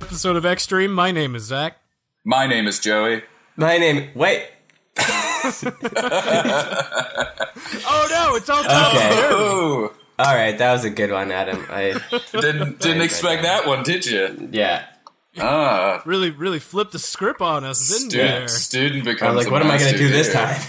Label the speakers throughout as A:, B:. A: episode of Extreme. My name is Zach.
B: My name is Joey.
C: My name. Wait.
A: Oh no, it's all Tom.
C: Okay.
B: Oh,
C: All right, that was a good one, Adam. I
B: didn't didn't expect that one, did you?
C: yeah.
B: Ah,
A: Really, really flipped the script on us, didn't you?
B: student,
A: There?
B: student
C: I
B: becomes.
C: was
B: a
C: like, what am I gonna
B: master
C: do this
B: here.
C: time?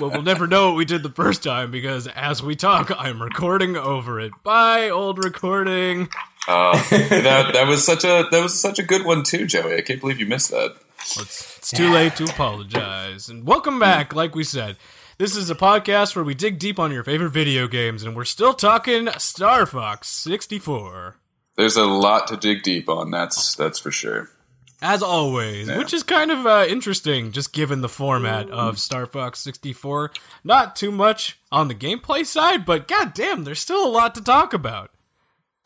A: Well, we'll never know what we did the first time because as we talk, I'm recording over it. Bye, old recording.
B: that that was such a that was such a good one too, Joey. I can't believe you missed that.
A: It's, it's too late to apologize. And welcome back, like we said. This is a podcast where we dig deep on your favorite video games, and we're still talking Star Fox 64.
B: There's a lot to dig deep on. That's that's for sure.
A: As always, which is kind of uh, interesting, just given the format of Star Fox 64. Not too much on the gameplay side, but goddamn, there's still a lot to talk about.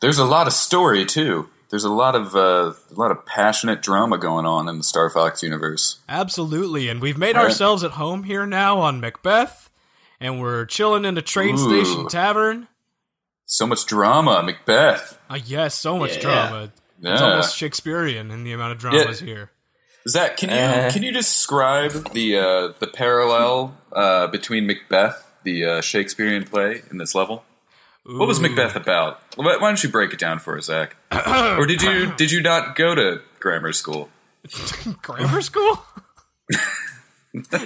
B: There's a lot of story too. There's a lot of uh, a lot of passionate drama going on in the Star Fox universe.
A: Absolutely, and we've made
B: All right.
A: ourselves at home here now on Macbeth, and we're chilling in a train
B: Ooh.
A: station tavern.
B: So much drama, Macbeth.
A: Ah, yes, so much
C: Yeah.
A: drama. It's
B: Yeah.
A: almost Shakespearean in the amount of dramas here.
B: Zach, can you
C: Uh.
B: can you describe the uh, the parallel uh, between Macbeth, the uh, Shakespearean play, in this level? What was
A: Ooh.
B: Macbeth about? Why why don't you break it down for us, Zach? or did you did you not go to grammar school?
A: Grammar school?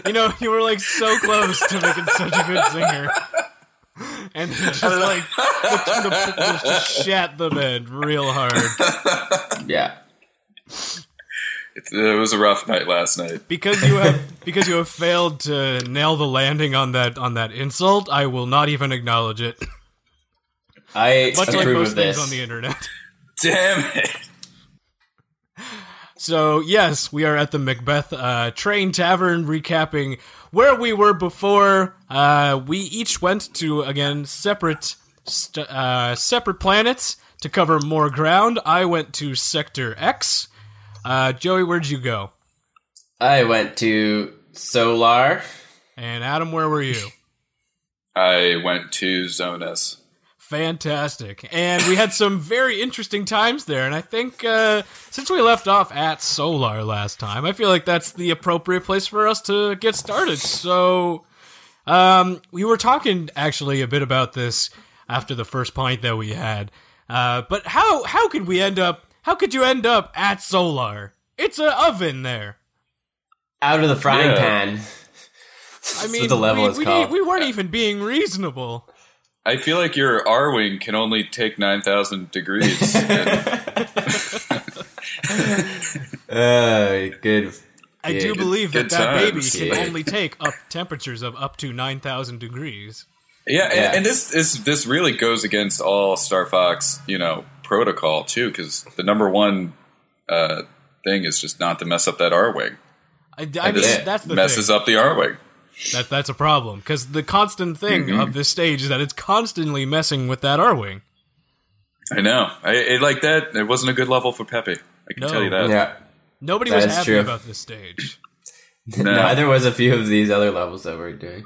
A: you know, you were like so close to making such a good singer. And you just like the, the, just shat the bed real hard.
C: Yeah.
B: It's, it was a rough night last night.
A: Because you have because you have failed to nail the landing on that on that insult, I will not even acknowledge it.
C: I
A: Much like
C: approve
A: most
C: of
A: things
C: this.
A: on the internet.
B: Damn it!
A: So, yes, we are at the Macbeth uh, Train Tavern recapping where we were before. Uh, we each went to, again, separate st- uh, separate planets to cover more ground. I went to Sector X. Uh, Joey, where'd you go?
C: I went to Solar.
A: And Adam, where were you?
B: I went to Zone S.
A: Fantastic. And we had some very interesting times there. And I think uh, since we left off at Solar last time, I feel like that's the appropriate place for us to get started. So um, we were talking actually a bit about this after the first pint that we had. Uh, but how how could we end up? How could you end up at Solar? It's an oven there.
C: Out of the frying
B: Yeah.
C: pan.
A: I
C: That's
A: mean,
C: what the level
A: we,
C: is
A: we,
C: called.
A: we weren't even being reasonable.
B: I feel like your R wing can only take nine thousand degrees.
C: Uh, good.
A: I
C: Yeah,
A: do
C: good-
A: believe that
B: good
A: that baby
B: times,
A: can
C: yeah.
A: only take up temperatures of up to 9,000 degrees.
B: Yeah,
C: Yeah.
B: And, and this is this really goes against all Star Fox, you know, protocol too, because the number one uh, thing is just not to mess up that R wing.
A: I, I mean,
B: This
C: Yeah.
A: that's the
B: messes
A: thing.
B: up the R wing.
A: That, that's a problem because the constant thing
C: Mm-hmm.
A: of this stage is that it's constantly messing with that R wing.
B: I know. I, it like that. It wasn't a good level for Pepe. I can
A: No.
B: tell you that.
C: Yeah.
A: Nobody
C: That
A: was
C: is
A: happy
C: true.
A: about this stage.
B: No.
C: Neither was a few of these other levels that we're doing.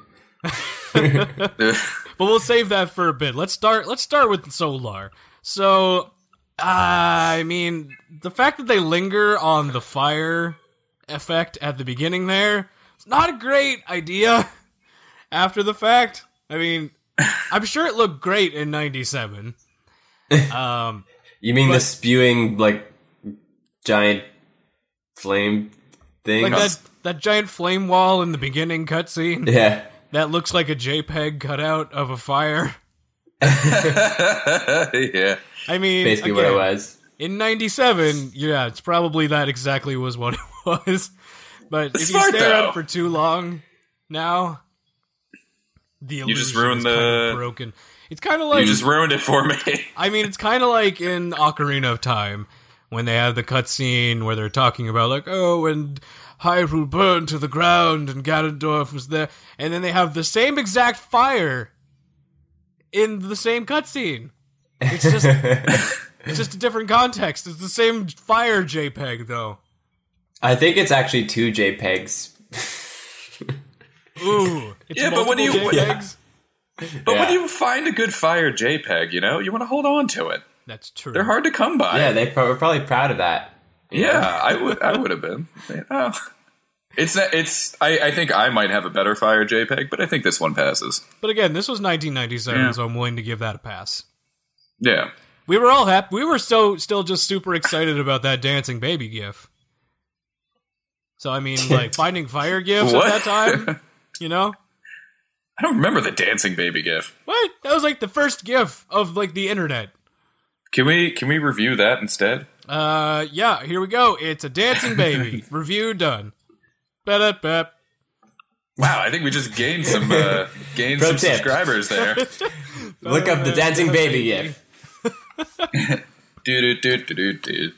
A: But we'll save that for a bit. Let's start. Let's start with Solar. So, uh, I mean, the fact that they linger on the fire effect at the beginning there, it's not a great idea. After the fact, I mean, I'm sure it looked great in '97. Um,
C: You mean the spewing like giant flame thing?
A: like that that giant flame wall in the beginning cutscene
C: yeah.
A: that looks like a JPEG cutout of a fire.
B: yeah.
A: I mean,
C: Basically what
A: again,
C: it was.
A: In '97, yeah, it's probably that exactly was what it was. But if you
B: Smart,
A: stare at
B: though.
A: it for too long, now the illusion
B: just ruined
A: is kind
B: the-
A: of broken. It's kind of
B: You
A: like
B: just ruined it for me.
A: I mean, it's kind of like in Ocarina of Time when they have the cutscene where they're talking about like, oh, and Hyrule burned to the ground and Ganondorf was there, and then they have the same exact fire in the same cutscene. It's just, it's just a different context. It's the same fire JPEG though.
C: I think it's actually two JPEGs.
A: Ooh, it's
B: Yeah, but what do
A: multiple
B: you-
A: JPEGs?
B: But
C: Yeah.
B: when you find a good fire JPEG, you know, you want to hold on to it.
A: That's true.
B: They're hard to come by.
C: Yeah, they pro- were probably proud of that. you know?
B: Yeah, I would. I would have been. Oh. It's not- it's. I, I think I might have a better fire JPEG, but I think this one passes.
A: But again, this was 1997,
B: Yeah.
A: so I'm willing to give that a pass.
B: Yeah,
A: We were all happy. We were so still just super excited about that dancing baby gif. So I mean, like finding fire gifs
B: What?
A: at that time, you know.
B: I don't remember the dancing baby gif.
A: What? That was like the first gif of like the internet.
B: Can we can we review that instead?
A: Uh, yeah, here we go. It's a dancing baby. Review done. Ba-da-ba.
B: Wow, I think we just gained some uh, gained
C: Pro
B: some
C: tip.
B: subscribers there.
C: Look up the dancing baby gif.
B: do do do do do do.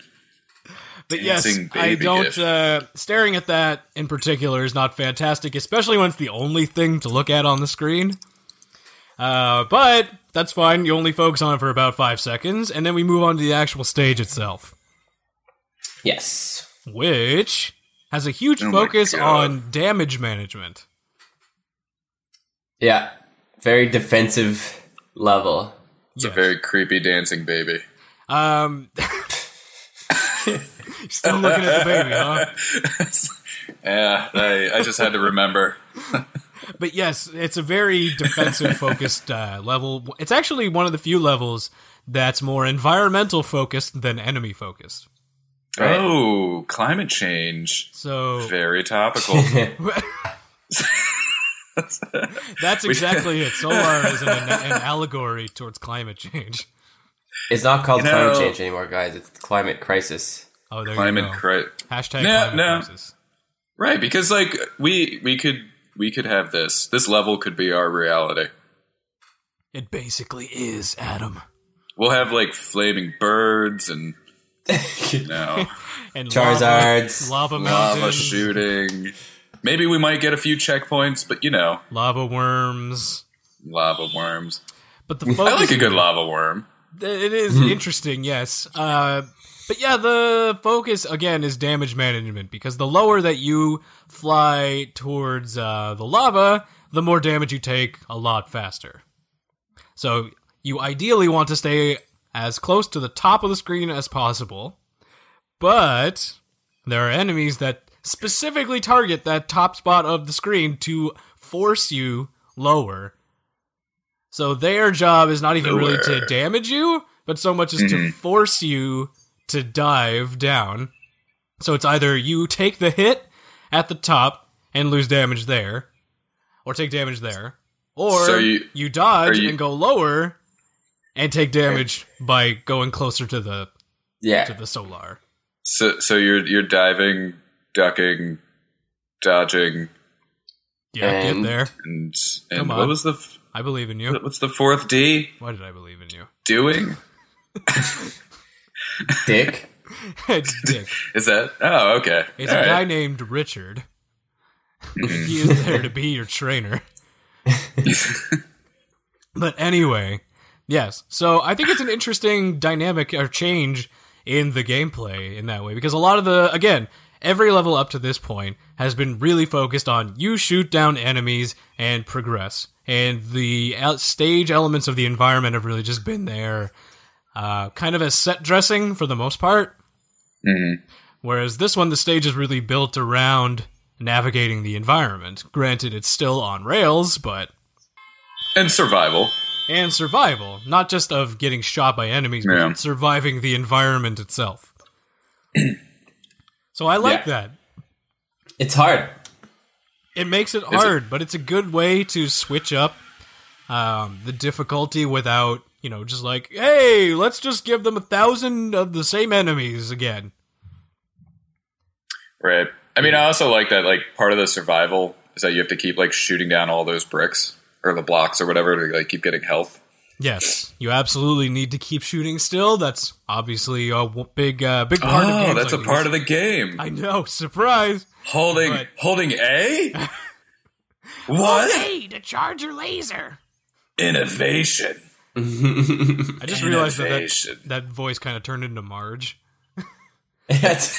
A: But yes,
B: Dancing
A: I
B: baby
A: don't.
B: gif.
A: Uh, staring at that in particular is not fantastic, especially when it's the only thing to look at on the screen. Uh, but that's fine. You only focus on it for about five seconds, and then we move on to the actual stage itself,
C: Yes.
A: which has a huge
B: Oh my
A: focus
B: God.
A: on damage management.
C: Yeah. Very defensive level.
B: It's a
A: Yes.
B: very creepy dancing baby.
A: Um, still looking at the baby, huh?
B: Yeah, I, I just had to remember.
A: But yes, it's a very defensive focused uh, level. It's actually one of the few levels that's more environmental focused than enemy focused.
C: Right.
B: Oh, climate change.
A: So
B: Very topical.
A: that's exactly it. Solar is an, an allegory towards climate change.
C: It's not called
B: You
C: climate
B: know-
C: change anymore, guys. It's climate crisis.
A: Oh, there
B: climate
A: you go.
B: cri-
A: Hashtag
B: No,
A: climate
B: no.
A: crisis.
B: Right, because like we we could we could have this. This level could be our reality.
A: It basically is, Adam.
B: We'll have like flaming birds and you know
A: And
C: Charizards,
A: lava, lava mountains,
B: lava shooting. Maybe we might get a few checkpoints, but you know,
A: lava worms.
B: lava worms.
A: But the focus
B: I like a good lava worm.
A: It is interesting, yes. Uh, but yeah, the focus again is damage management because the lower that you fly towards uh, the lava, the more damage you take a lot faster. So you ideally want to stay as close to the top of the screen as possible, but there are enemies that specifically target that top spot of the screen to force you lower. So their job is not even really to
B: Lower. Mm-hmm.
A: damage you, but so much as to force you to dive down. So it's either you take the hit at the top and lose damage there, or take damage there, or
B: So
A: you,
B: you-
A: dodge
B: are you-
A: and go lower and take damage by going closer to the to
C: Yeah.
A: the solar.
B: So so you're you're diving, ducking, dodging,
A: Yeah,
C: And-
A: get there.
B: and
A: Come
B: and
A: on.
B: what was the f-
A: I believe in you.
B: what's the fourth D
A: Why did I believe in you?
B: doing?
C: Dick.
A: it's Dick.
B: Is that oh okay?
A: It's
B: All
A: a
B: right.
A: guy named Richard. he is there to be your trainer. But anyway, yes. So I think it's an interesting dynamic or change in the gameplay in that way because a lot of the again, every level up to this point has been really focused on you shoot down enemies and progress. And the out- stage elements of the environment have really just been there uh, kind of as set dressing for the most part. Whereas this one, the stage is really built around navigating the environment. Granted, it's still on rails, but
B: and survival.
A: and survival, not just of getting shot by enemies,
B: Yeah.
A: but surviving the environment itself. so I like
C: Yeah.
A: that.
C: It's hard.
A: It makes it hard, but it's a good way to switch up um, the difficulty without, you know, just like, hey, let's just give them a thousand of the same enemies again.
B: Right. I mean, I also like that. Like part of the survival is that you have to keep like shooting down all those bricks or the blocks or whatever to like keep getting health.
A: Yes, you absolutely need to keep shooting. Still, that's obviously a w- big, uh, big part of
B: oh,
A: games
B: that's
A: like
B: a
A: these.
B: part of the game.
A: I know. Surprise!
B: holding
A: Right.
B: holding A. what
A: Hey, to charge your laser.
B: innovation?
A: I just realized that, that
B: Innovation.
A: that voice kind of turned into Marge.
C: That's-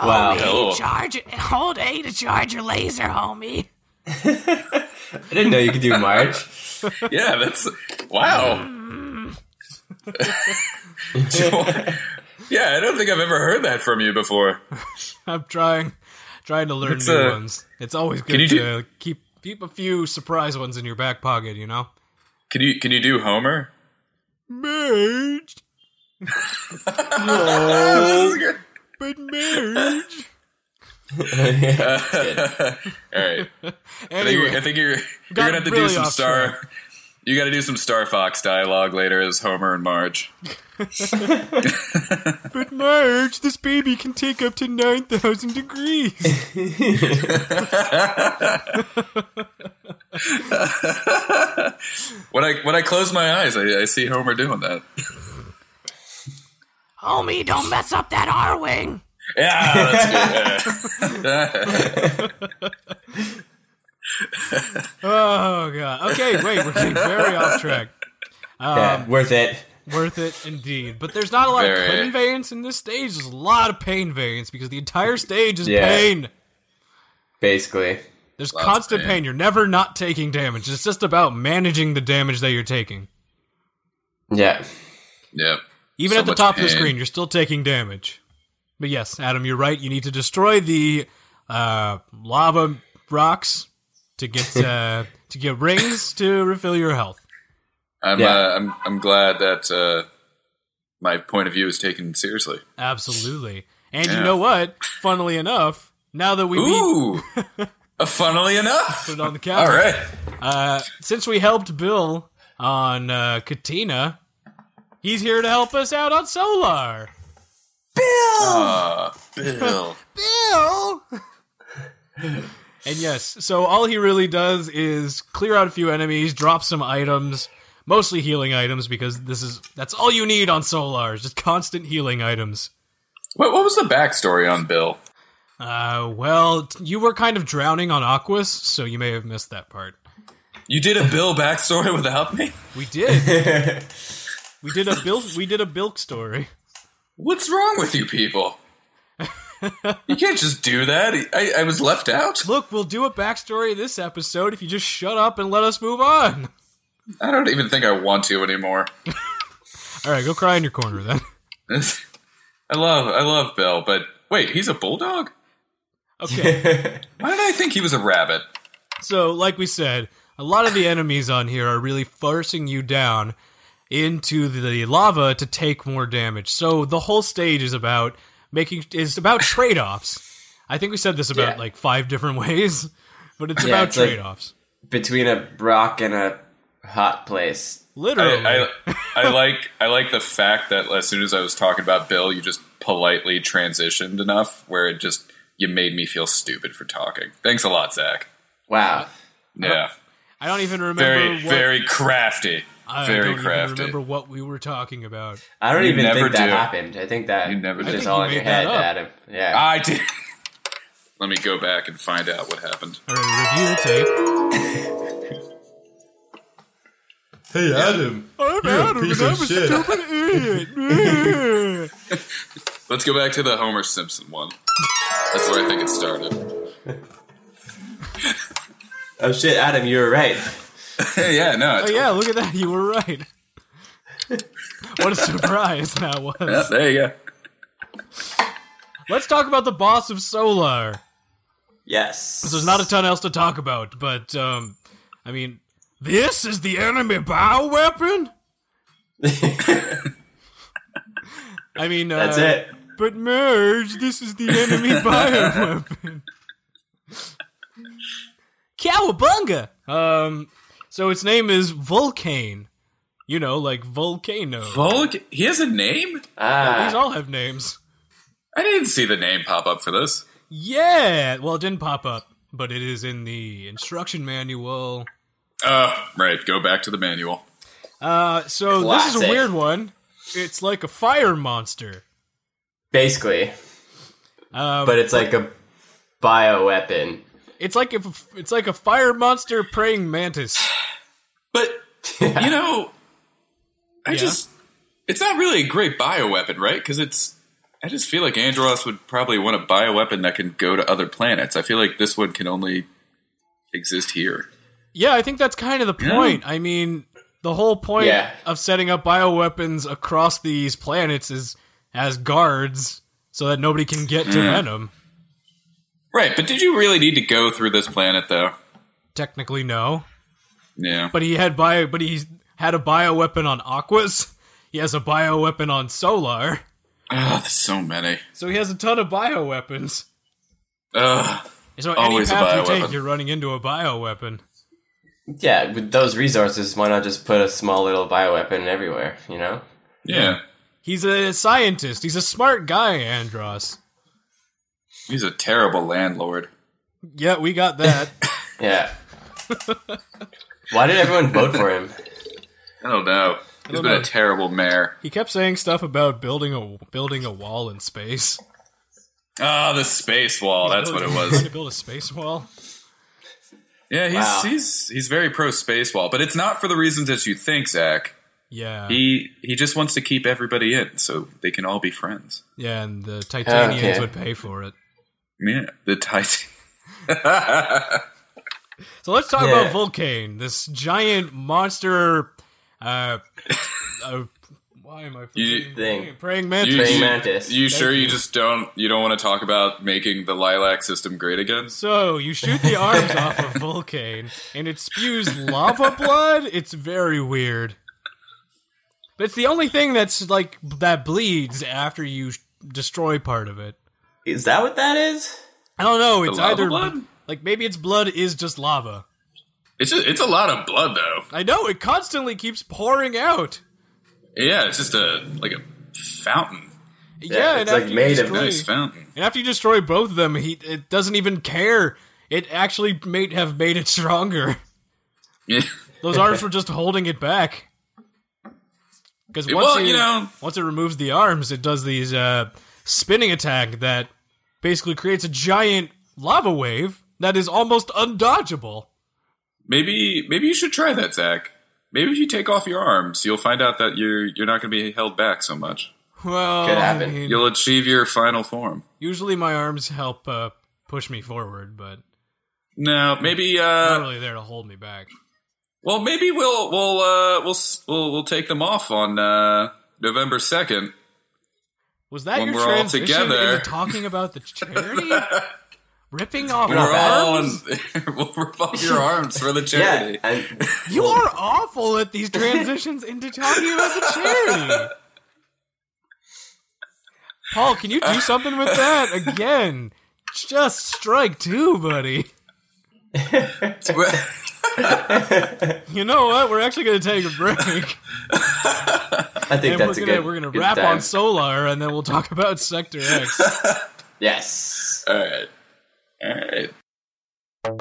C: wow.
B: Oh,
A: Charge it. Hold A to charge your laser, homie.
C: I didn't know you could do March.
B: yeah, that's wow. yeah, I don't think I've ever heard that from you before.
A: I'm trying, trying to learn
B: It's,
A: new
B: uh,
A: ones. It's always
B: you
A: good
B: do-
A: to keep keep a few surprise ones in your back pocket. You know.
B: Can you can you do Homer?
A: Merged,
B: This is good.
A: but merged.
B: All right. I think,
A: Anyway,
B: you're, I think you're, you're
A: Got
B: gonna have to
A: really
B: do some
A: off
B: Star.
A: track.
B: You got to do some Star Fox dialogue later as Homer and Marge.
A: but merged. This baby can take up to nine thousand degrees.
B: When I when I close my eyes, I, I see Homer doing that.
A: Homie, don't mess up that R wing.
B: Yeah, that's good.
A: Oh god. Okay, wait. We're getting very off track.
C: yeah, worth it.
A: Worth it indeed. But there's not a lot
B: Very.
A: of pain variance in this stage. There's a lot of pain variance because the entire stage is
C: Yeah.
A: pain.
C: Basically,
A: There's
B: of
A: constant
B: pain.
A: pain. You're never not taking damage. It's just about managing the damage that you're taking.
C: yeah.
B: Yep.
A: Even
B: So
A: at the
B: much
A: top of the
B: pain.
A: screen, you're still taking damage. But yes, Adam, you're right. You need to destroy the uh, lava rocks to get uh, to get rings to refill your health.
B: I'm
C: Yeah.
B: uh, I'm I'm glad that uh, my point of view is taken seriously.
A: Absolutely. And
B: Yeah.
A: you know what? Funnily enough, now that we beat
B: Ooh, uh, funnily enough.
A: put it on the
B: All
A: counter,
B: right.
A: uh, since we helped Bill on uh, Katina, he's here to help us out on Solar.
B: Uh, Bill.
A: Bill. and yes, so all he really does is clear out a few enemies, drop some items, mostly healing items because this is that's all you need on Solar, is just constant healing items.
B: What, what was the backstory on Bill?
A: Uh, well, t- you were kind of drowning on Aquas, so you may have missed that part.
B: You did a Bill backstory without me.
A: We did. we did a Bill. We did a Bilk story.
B: What's wrong with you people? you can't just do that. I, I was left out.
A: Look, we'll do a backstory this episode if you just shut up and let us move on.
B: I don't even think I want to anymore.
A: All right, go cry in your corner then.
B: I love I love Bill, but wait, he's a bulldog?
A: Okay.
B: Why did I think he was a rabbit?
A: So, like we said, a lot of the enemies on here are really forcing you down into the lava to take more damage. So the whole stage is about making is about trade offs. I think we said this about
C: Yeah.
A: like five different ways, but it's
C: Yeah,
A: about
C: it's like-
A: trade offs.
C: Between a rock and a hot place.
A: Literally,
B: I, I, I like I like the fact that as soon as I was talking about Bill, you just politely transitioned enough where it just you made me feel stupid for talking. Thanks a lot, Zach.
C: Wow.
B: Yeah.
A: I don't even remember
B: Very
A: what
B: very crafty.
A: I
B: very
A: don't
B: crafty.
A: even remember what we were talking about.
C: I don't
B: You
C: even
B: never
C: think that
B: do.
C: happened. I think that
B: You never
C: was
B: do. I
C: just
A: think
C: all
A: you
C: in your
A: made that
C: head,
A: up.
C: Adam. Yeah.
B: I did Let me go back and find out what happened.
A: All right, review the tape.
D: Hey Adam,
A: I'm
D: You're a Adam, piece and I'm of a shit. stupid
A: idiot.
B: Let's go back to the Homer Simpson one. That's where I think it started.
C: oh shit, Adam, you were right.
B: yeah, no.
A: Oh
B: it's-
A: yeah, look at that. You were right. what a surprise that
B: Yeah,
A: was.
B: there you go.
A: Let's talk about the boss of Solar.
C: Yes.
A: There's not a ton else to talk about, but um I mean, this is the enemy bioweapon? I mean, uh,
C: That's it.
A: But merge, this is the enemy bioweapon. Cowabunga! Um, so its name is Volcane. You know, like volcano.
B: Volk, he has a name?
A: These
C: Ah,
A: all have names.
B: I didn't see the name pop up for this.
A: Yeah. Well, it didn't pop up, but it is in the instruction manual.
B: Uh, right, go back to the manual.
A: Uh, so this is a
C: Classic.
A: weird one. It's like a fire monster.
C: basically.
A: Um,
C: But it's like a bioweapon.
A: it's like if it's like a fire monster praying mantis.
B: But, you know, I
A: Yeah.
B: just. It's not really a great bioweapon, right? Because it's. I just feel like Andros would probably want a bioweapon that can go to other planets. I feel like this one can only exist here.
A: Yeah, I think that's kind of the
B: Yeah.
A: point. I mean, The whole point
C: Yeah.
A: of setting up bioweapons across these planets is as guards so that nobody can get to Venom.
B: Right, but did you really need to go through this planet though?
A: Technically, no.
B: Yeah.
A: But he had bio. But he had a bioweapon on Aquas. He has a bioweapon on Solar.
B: Ugh, there's so many.
A: So he has a ton of bioweapons.
B: Ugh.
A: So
B: Always a
A: any path you
B: bioweapon.
A: take, you're running into a bioweapon.
C: Yeah, with those resources, why not just put a small little bioweapon everywhere, you know?
B: Yeah.
A: He's a scientist. He's a smart guy, Andros.
B: He's a terrible landlord.
A: Yeah, we got that.
C: Yeah. why did everyone vote for him?
B: I don't know. Oh, He's
A: don't
B: been
A: know.
B: a terrible mayor.
A: he kept saying stuff about building a building a wall in space.
B: Ah, the space wall. That's what it
A: Trying to
B: was.
A: build a space wall.
B: Yeah, he's
C: Wow.
B: he's he's very pro space wall, but it's not for the reasons that you think, Zach.
A: Yeah,
B: He he just wants to keep everybody in so they can all be friends.
A: yeah, and the Titanians
C: Okay.
A: would pay for it.
B: Yeah, the Titan.
A: So let's talk
C: Yeah.
A: about Vulcane, this giant monster. Uh, uh, why am I forgetting the
C: Thing.
A: name? praying mantis?
B: You,
C: Praying
B: you-
C: mantis.
B: you sure you just don't you don't want to talk about making the lilac system great again?
A: So you shoot the arms off of Vulcane, and it spews lava blood. It's very weird. But it's the only thing that's like that bleeds after you sh- destroy part of it.
C: Is that what that is?
A: I don't know. It's
B: lava
A: either
B: blood?
A: like maybe its blood is just lava.
B: It's just, it's a lot of blood though.
A: I know it constantly keeps pouring out.
B: Yeah, it's just a like a fountain.
A: Yeah, and
C: it's, like,
A: after you
C: made of
A: destroy-
B: Nice fountain.
A: And after you destroy both of them, he it doesn't even care. It actually made have made it stronger.
B: Yeah.
A: Those arms were just holding it back. Because once
B: Well,
A: it-
B: you know,
A: once it removes the arms, it does these uh, spinning attack that basically creates a giant lava wave that is almost undodgeable.
B: maybe maybe you should try that, Zach. Maybe if you take off your arms, you'll find out that you're you're not going to be held back so much.
A: Well,
C: Could
A: Oh, I
C: happen.
A: mean,
B: You'll achieve your final form.
A: usually my arms help uh, push me forward, but
B: No, maybe
A: not
B: uh,
A: really there to hold me back.
B: Well, maybe we'll we'll uh, we'll s- we'll we'll take them off on uh, November second.
A: Was that
B: When
A: your
B: we're all
A: transition
B: together-
A: into talking about the charity? Ripping off
B: We're all on.
A: arms?
B: we'll rip off your arms for the charity.
C: Yeah. And
A: You are awful at these transitions into talking about the charity. Paul, can you do something with that again? Just strike two, buddy. You know what? We're actually going to take a break,
C: I think
A: and we're
C: that's
A: gonna
C: a good.
A: we're gonna
C: good
A: wrap
C: time.
A: on solar, and then we'll talk about Sector X.
C: Yes.
B: all right, all right.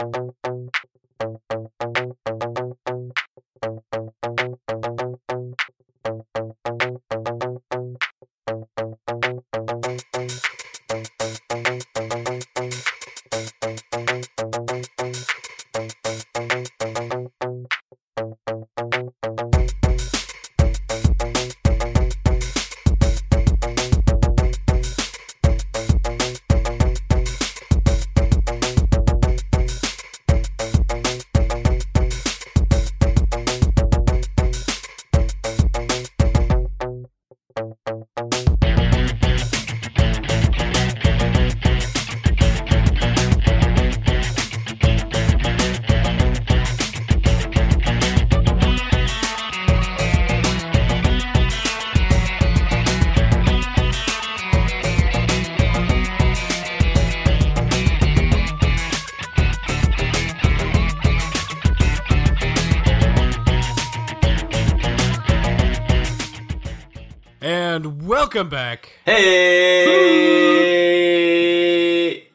A: And welcome back.
C: Hey.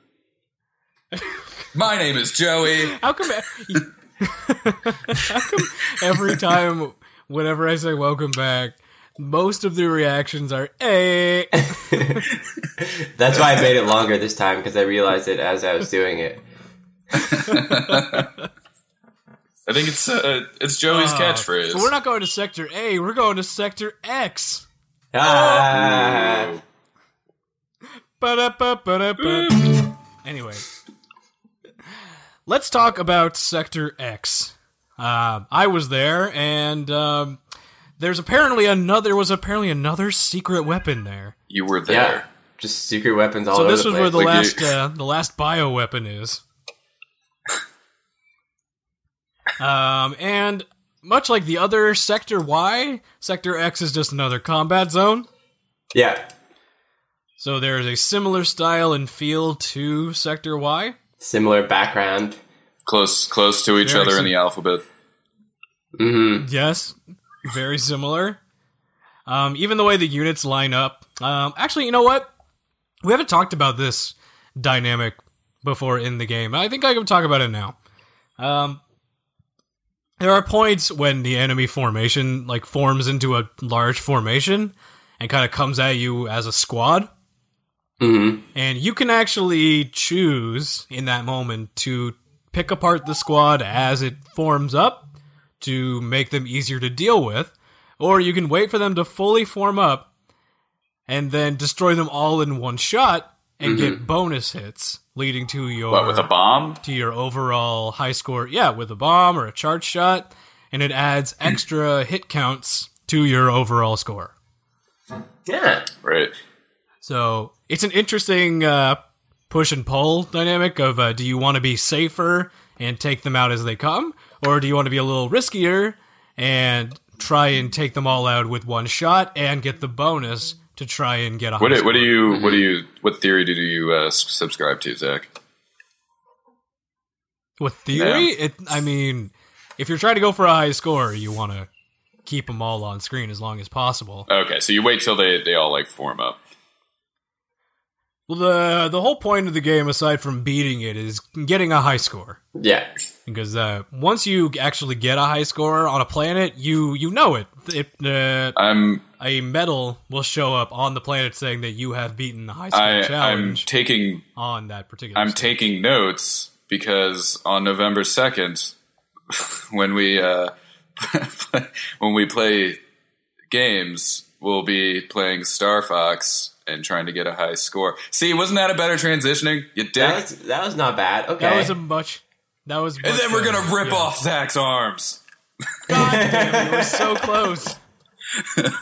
B: My name is Joey.
A: How come? e-, how come every time, whenever I say welcome back, most of the reactions are "eh."
C: That's why I made it longer this time because I realized it as I was doing it.
B: I think it's uh, it's Joey's catchphrase.
A: ah." So we're not going to Sector A. We're going to Sector X.
C: Ah.
A: Ba-da-ba, ba-da-ba. Anyway, let's talk about Sector X, Uh, I was there, and um, there's apparently another. There was apparently another secret weapon there.
B: You were there.
C: Yeah, just secret weapons all
B: Oh,
A: So
C: over
A: this
C: the
A: was where the
C: place.
B: Like you-
A: last uh, the last bio weapon is. um, and much like the other Sector Y, Sector X is just another combat zone.
C: yeah,
A: So there is a similar style and feel to Sector Y.
C: similar background.
B: Close, close to each
A: Very
B: other in
A: sim-
B: the alphabet.
C: Mm-hmm.
A: Yes, very similar. Um, even the way the units line up. Um, actually, you know what? We haven't talked about this dynamic before in the game. I think I can talk about it now. Um, there are points when the enemy formation like forms into a large formation and kind of comes at you as a squad.
C: Mm-hmm.
A: And you can actually choose in that moment to pick apart the squad as it forms up to make them easier to deal with, or you can wait for them to fully form up and then destroy them all in one shot and get bonus hits, leading to your
B: Mm-hmm. What with a bomb?
A: to your overall high score. Yeah, with a bomb or a charge shot, and it adds extra hit counts to your overall score.
C: Yeah,
B: Right.
A: So it's an interesting uh, push and pull dynamic of uh, do you want to be safer and take them out as they come, or do you want to be a little riskier and try and take them all out with one shot and get the bonus to try and get a
B: What
A: high
B: do, what do
A: score? Mm-hmm.
B: you what do you what theory do you uh, s- subscribe to, Zach?
A: with theory? It, I mean, if you're trying to go for a high score, you want to keep them all on screen as long as possible.
B: Okay, so you wait till they they all like form up.
A: Well, the the whole point of the game, aside from beating it, is getting a high score.
C: yeah,
A: because uh, once you actually get a high score on a planet, you you know it. It uh,
B: I'm
A: a medal will show up on the planet saying that you have beaten the high score
B: I I'm
A: challenge
B: taking
A: on that particular.
B: I'm
A: score.
B: taking notes because on November second, when we uh, when we play games, we'll be playing Star Fox and trying to get a high score. See, wasn't that a better transitioning? You dick.
C: that was that was not bad. Okay,
A: that was a much. That was.
B: and then we're gonna rip
A: yeah.
B: off Zach's arms.
A: We're so close. oh,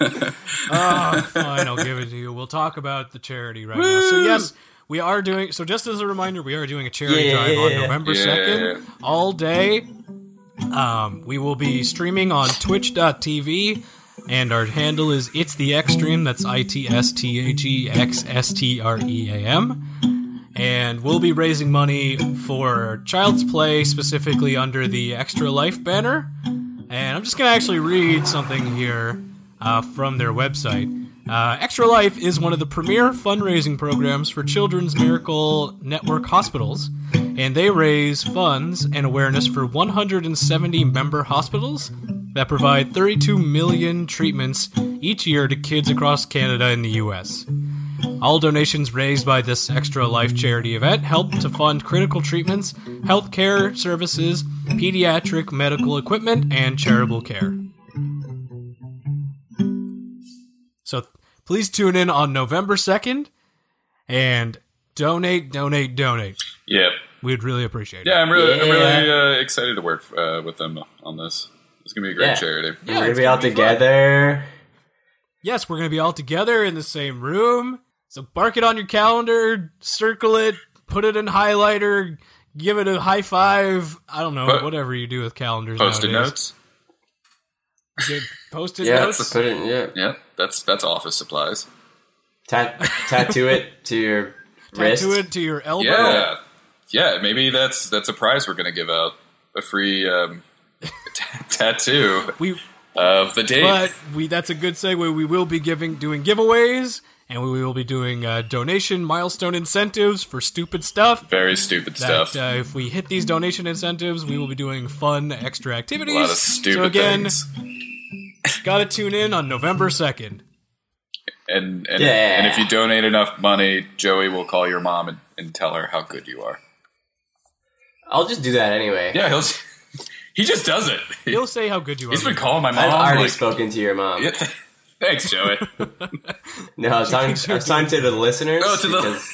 A: fine. I'll give it to you. We'll talk about the charity right now. So yes, we are doing. So just as a reminder, we are doing a charity
C: Yeah,
A: drive
C: yeah,
A: on
C: yeah.
A: November
B: Yeah.
A: second, all day. Um, we will be streaming on Twitch.tv, and our handle is it's the Xtreme. That's I T S T H E X S T R E A M and we'll be raising money for Child's Play, specifically under the Extra Life banner. And I'm just going to actually read something here uh, from their website. Uh, Extra Life is one of the premier fundraising programs for Children's Miracle Network hospitals, and they raise funds and awareness for 170 member hospitals that provide 32 million treatments each year to kids across Canada and the U.S. All donations raised by this Extra Life charity event help to fund critical treatments, healthcare services, pediatric medical equipment, and charitable care. So please tune in on November 2nd and donate, donate, donate.
B: Yep.
A: We'd really appreciate it.
B: Yeah, I'm really, I'm
C: Yeah.
B: really uh, excited to work uh, with them on this. It's gonna be a great
C: Yeah.
B: charity.
A: Yeah,
C: we're gonna
A: it's
C: be all
A: gonna be fun.
C: together.
A: Yes, we're going to be all together in the same room. So mark it on your calendar, circle it, put it in highlighter, give it a high five. I don't know,
B: Po-
A: whatever you do with calendars.
B: Post-it
A: nowadays.
B: notes.
A: Get Post-it
C: Yeah,
A: notes.
C: put it. Yeah,
B: Yeah, that's that's office supplies.
C: Ta- tattoo it to your wrist.
A: Tattoo it to your elbow.
B: Yeah, yeah. Maybe that's that's a prize we're gonna give out a free um, t- tattoo
A: We,
B: of the date.
A: but we that's a good segue. We will be giving doing giveaways, and we will be doing uh, donation milestone incentives for stupid stuff.
B: Very stupid
A: that,
B: stuff.
A: Uh, if we hit these donation incentives, we will be doing fun extra activities.
B: a lot of stupid
A: so again,
B: things.
A: gotta tune in on November second.
B: And and,
C: Yeah.
B: and if you donate enough money, Joey will call your mom and, and tell her how good you are.
C: I'll just do that anyway.
B: Yeah, he'll he just does it.
A: He'll say how good you are.
B: He's been calling my mom.
C: I've
A: Oh
C: already
B: like,
C: spoken to your mom.
B: Yeah. Thanks, Joey.
C: No, I was talking, I was talking to the listeners.
B: Oh, to the-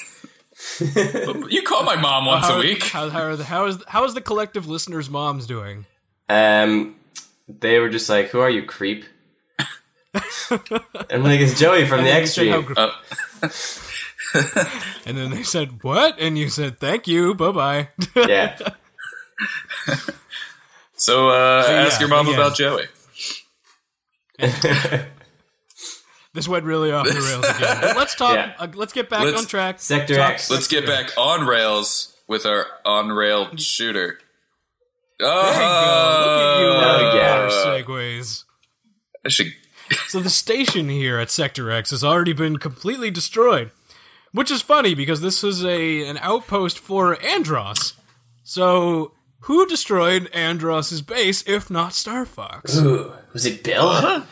C: because-
B: you call my mom once
A: how,
B: a week.
A: Uh-huh. How, how, are the- how is how is the collective listeners' moms doing?
C: um, they were just like, "Who are you, creep?" I'm like, "It's Joey from the
A: And
C: X
A: you said how
C: Stream."
A: gr-
B: Uh,
A: and then they said, What? And you said, Thank you. Bye bye.
C: yeah,
B: so uh, ask
A: yeah,
B: your mom
A: yeah.
B: about Joey.
A: this went really off the rails again. But let's talk.
C: Yeah.
A: uh, let's get back
B: Let's-
A: on track.
C: Sector
A: Talk-
C: X.
B: Let's get back on rails with our on rail shooter. Oh,
A: There you go. Look at you.
C: Oh,
A: yeah. Segues.
B: I should.
A: So the station here at Sector X has already been completely destroyed, which is funny because this is a an outpost for Andros. So who destroyed Andros's base if not Star Fox?
C: Ooh, was it Bill?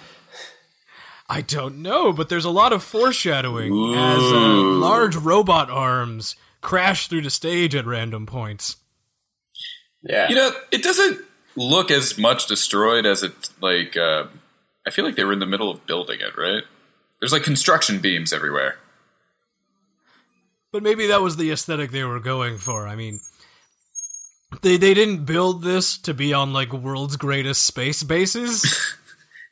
A: I don't know, but there's a lot of foreshadowing as uh,
B: Ooh.
A: large robot arms crash through the stage at random points.
C: Yeah.
B: You know, it doesn't look as much destroyed as it like. Uh, I feel like they were in the middle of building it, right? There's like construction beams everywhere.
A: But maybe that was the aesthetic they were going for. I mean, they they didn't build this to be on like world's greatest space bases,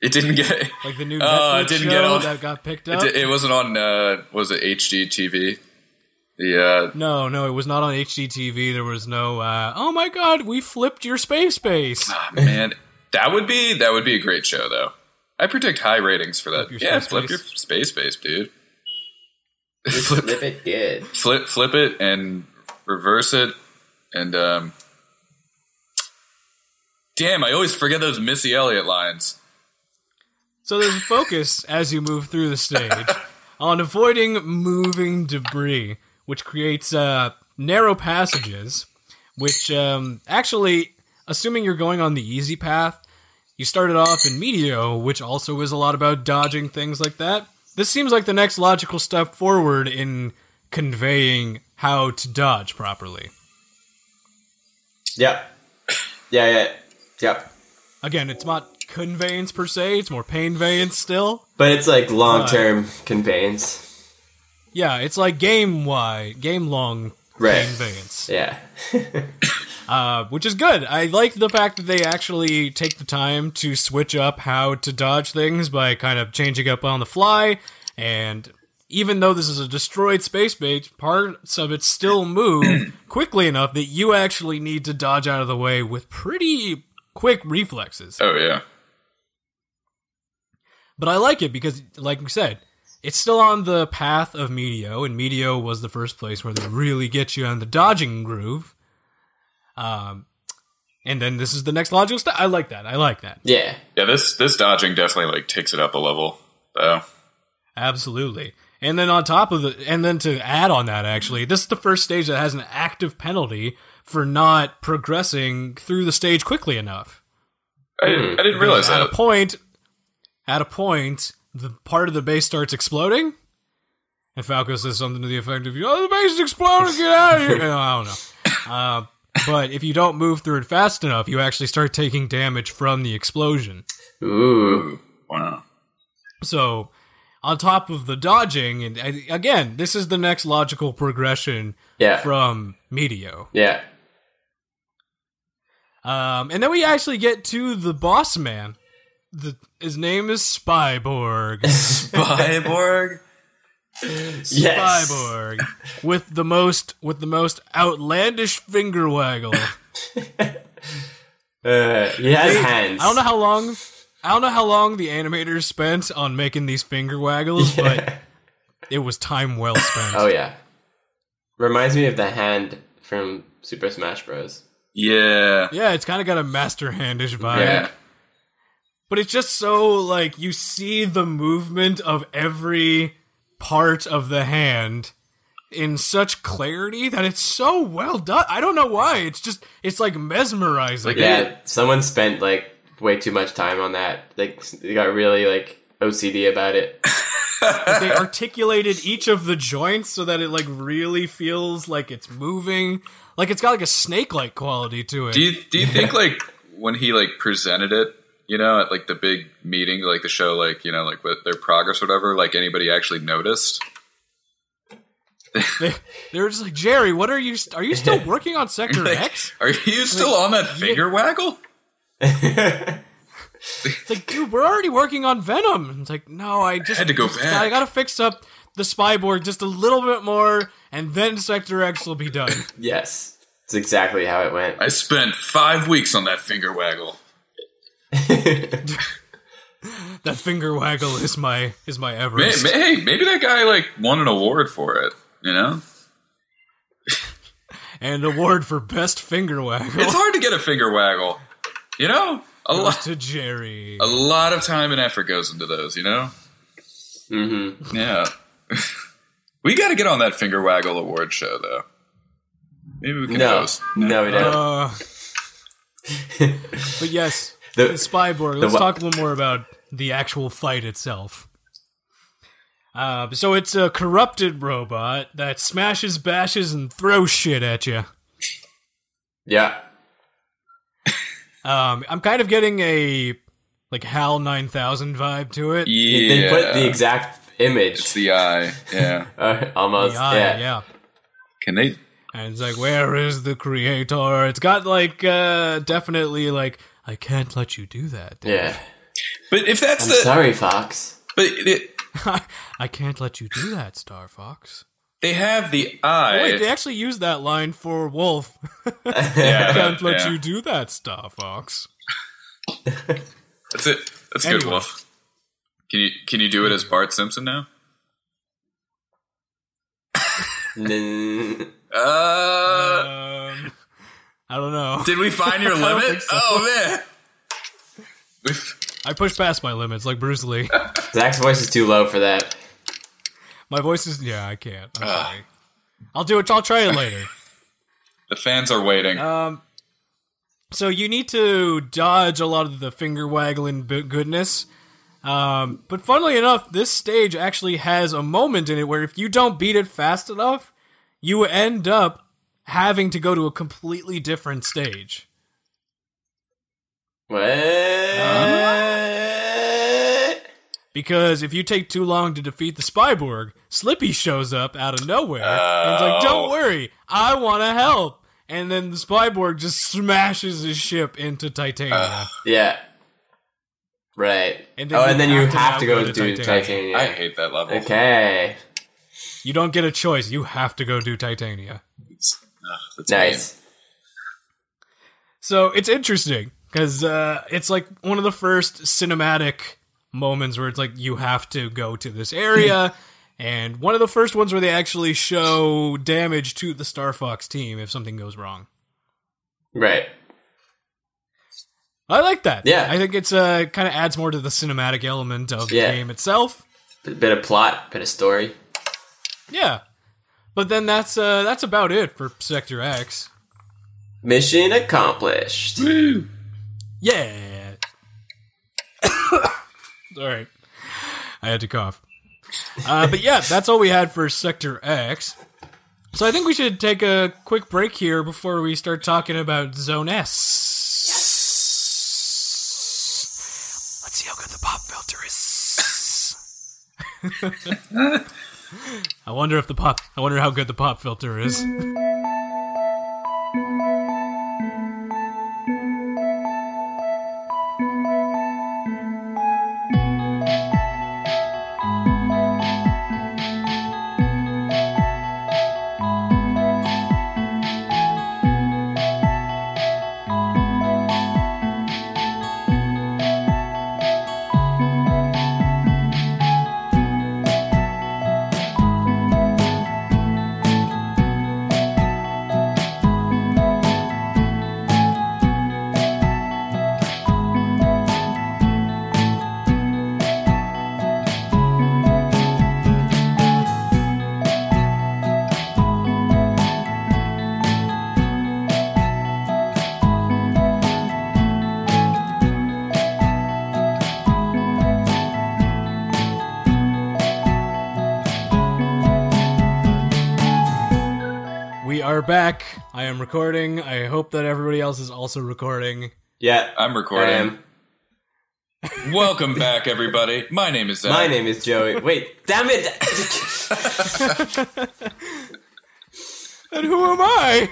B: It didn't get.
A: like the new
B: Oh,
A: Netflix
B: it didn't
A: show
B: get on-
A: that got picked
B: It,
A: up.
B: di- it wasn't on. Uh, what was it HGTV? The uh,
A: no, no, it was not on HGTV. There was no. Uh, oh my God, we flipped your space base.
B: ah, man, that would be that would be a great show though. I predict high ratings for that.
A: Flip your
B: yeah,
A: space
B: flip
A: base.
B: your space base, dude.
C: Flip it good.
B: flip flip it and reverse it and um damn i always forget those missy elliott lines
A: So there's a focus as you move through the stage on avoiding moving debris, which creates uh, narrow passages. Which um, actually, assuming you're going on the easy path, you started off in Meteo, which also is a lot about dodging things like that. This seems like the next logical step forward in conveying how to dodge properly.
C: Yeah. Yeah, yeah, yeah.
A: Again, it's not conveyance per se; it's more painveyance still.
C: But it's like long term conveyance.
A: Yeah, it's like game wide, game long
C: Right.
A: conveyance,
C: Yeah.
A: uh, which is good. I like the fact that they actually take the time to switch up how to dodge things by kind of changing up on the fly. And even though this is a destroyed space base, parts of it still move quickly enough that you actually need to dodge out of the way with pretty quick reflexes.
B: oh yeah
A: But I like it because, like we said, it's still on the path of Meteo, and Meteo was the first place where they really get you on the dodging groove. Um, and then this is the next logical step. I like that. I like that.
C: Yeah.
B: yeah this this dodging definitely like takes it up a level though
A: Absolutely. And then on top of the, and then to add on that, actually, this is the first stage that has an active penalty for not progressing through the stage quickly enough.
B: i,
A: Hmm.
B: didn't- I didn't realize
A: at
B: that
A: a point at a point the part of the base starts exploding and falco says something to the effect of oh the base is exploding get out of here No, i don't know uh, but if you don't move through it fast enough you actually start taking damage from the explosion
C: Ooh.
B: wow
A: so on top of the dodging and I- again this is the next logical progression
C: Yeah.
A: from Meteo.
C: yeah.
A: Um, and then we actually get to the boss man the, his name is spyborg
B: Byborg?
C: Yes.
A: Cyborg with the most with the most outlandish finger waggle.
C: Uh, he has hands.
A: I don't know how long I don't know how long the animators spent on making these finger waggles, but it was time well spent.
C: Oh yeah. Reminds me of the hand from Super Smash Bros.
B: yeah
A: Yeah, it's kind of got a master handish
C: Oh,
A: vibe.
B: yeah
A: But it's just so like you see the movement of every part of the hand in such clarity that it's so well done. I don't know why. It's just it's like mesmerizing.
B: Like,
C: Yeah,
B: Yeah.
C: someone spent like way too much time on that. Like they got really like OCD about it.
A: they articulated each of the joints so that it like really feels like it's moving. Like it's got like a snake-like quality to it.
B: do you do you think like when he like presented it you know at like the big meeting like the show like you know like with their progress or whatever like anybody actually noticed
A: they, they were just like Jerry, what are you? St- are you still working on Sector X?
B: are you still on that finger waggle
A: It's like, dude, we're already working on Venom. And it's like, no, I just
B: had to go
A: just-
B: back.
A: I gotta fix up the spyboard just a little bit more, and then Sector X will be done.
C: yes, it's exactly how it went.
B: I spent five weeks on that finger waggle.
A: that finger waggle is my is my
B: May-
A: Everest.
B: may- Hey, maybe that guy like won an award for it. You know,
A: And award for best finger waggle
B: it's hard to get a finger waggle. You know, a
A: goes
B: lot,
A: to Jerry.
B: a lot of time and effort goes into those. You know,
C: Mm-hmm.
B: yeah. we got to get on that finger waggle award show though. Maybe we can
C: No,
B: host.
C: no, we don't.
A: Uh, but yes,
C: The-
A: the, spyboard. Let's
C: wa-
A: talk a little more about the actual fight itself. Uh, so it's a corrupted robot that smashes, bashes, and throws shit at you.
C: Yeah,
A: Um, I'm kind of getting a like HAL 9000 vibe to it.
B: Yeah,
C: they put the exact
B: it's
C: image
B: the eye. Yeah,
C: uh, almost.
A: Yeah,
C: yeah,
A: yeah.
B: can they?
A: And it's like, where is the creator? It's got like uh, definitely like I can't let you do that.
C: Yeah.
B: But if that's
C: I'm
B: the,
C: sorry, Fox.
B: but it,
A: I can't let you do that, Star Fox. Oh,
B: they have the eye.
A: Wait, they actually used that line for Wolf.
B: yeah,
A: Can't let
B: yeah.
A: you do that, Star Fox.
B: That's it. That's good,
A: Anyway.
B: Wolf. Can you can you do it as Bart Simpson now?
C: N-
B: Uh,
A: Um, I don't know.
B: did we find your
A: don't
B: limit?
A: think so.
B: Oh man. We've-
A: I push past my limits, like Bruce Lee.
C: Zach's voice is too low for that.
A: My voice is yeah, I can't. I'm
B: Ah.
A: sorry. I'll do it. I'll try it later.
B: The fans are waiting.
A: Um, so you need to dodge a lot of the finger waggling b- goodness. Um, but funnily enough, this stage actually has a moment in it where if you don't beat it fast enough, you end up having to go to a completely different stage.
C: What?
A: Uh-huh. Because if you take too long to defeat the Spyborg, Slippy shows up out of nowhere and is like,
B: Oh.
A: "Don't worry, I want to help." And then the Spyborg just smashes his ship into Titania.
C: yeah. Right.
A: And then
C: oh,
A: you
C: and then you
A: have to
C: have
A: now
C: to
A: go
C: go
A: to
C: do
A: Titanium.
C: Titania.
B: I hate that level.
C: Okay.
A: You don't get a choice. You have to go do Titania.
B: It's, ugh, Ah, that's
C: Nice.
A: So it's interesting because uh, it's like one of the first cinematic moments where it's like you have to go to this area, and one of the first ones where they actually show damage to the Star Fox team if something goes wrong.
C: Right.
A: I like that.
C: Yeah.
A: I think it's uh, kind of adds more to the cinematic element of
C: Yeah.
A: the game itself.
C: Bit, bit of plot, bit of story.
A: Yeah, but then that's uh, that's about it for Sector X.
C: Mission accomplished.
B: mean.
A: Yeah. all right. I had to cough. Uh, but yeah, that's all we had for Sector X. So I think we should take a quick break here before we start talking about Zone S. Let's see how good the pop filter is. I wonder if the pop. I wonder how good the pop filter is. We are back. I am recording. I hope that everybody else is also recording.
C: Yeah.
B: I'm
C: I
B: recording.
C: am.
B: Welcome back, everybody. My name is Zach.
C: My name is Joey. Wait, damn it!
A: And who am I?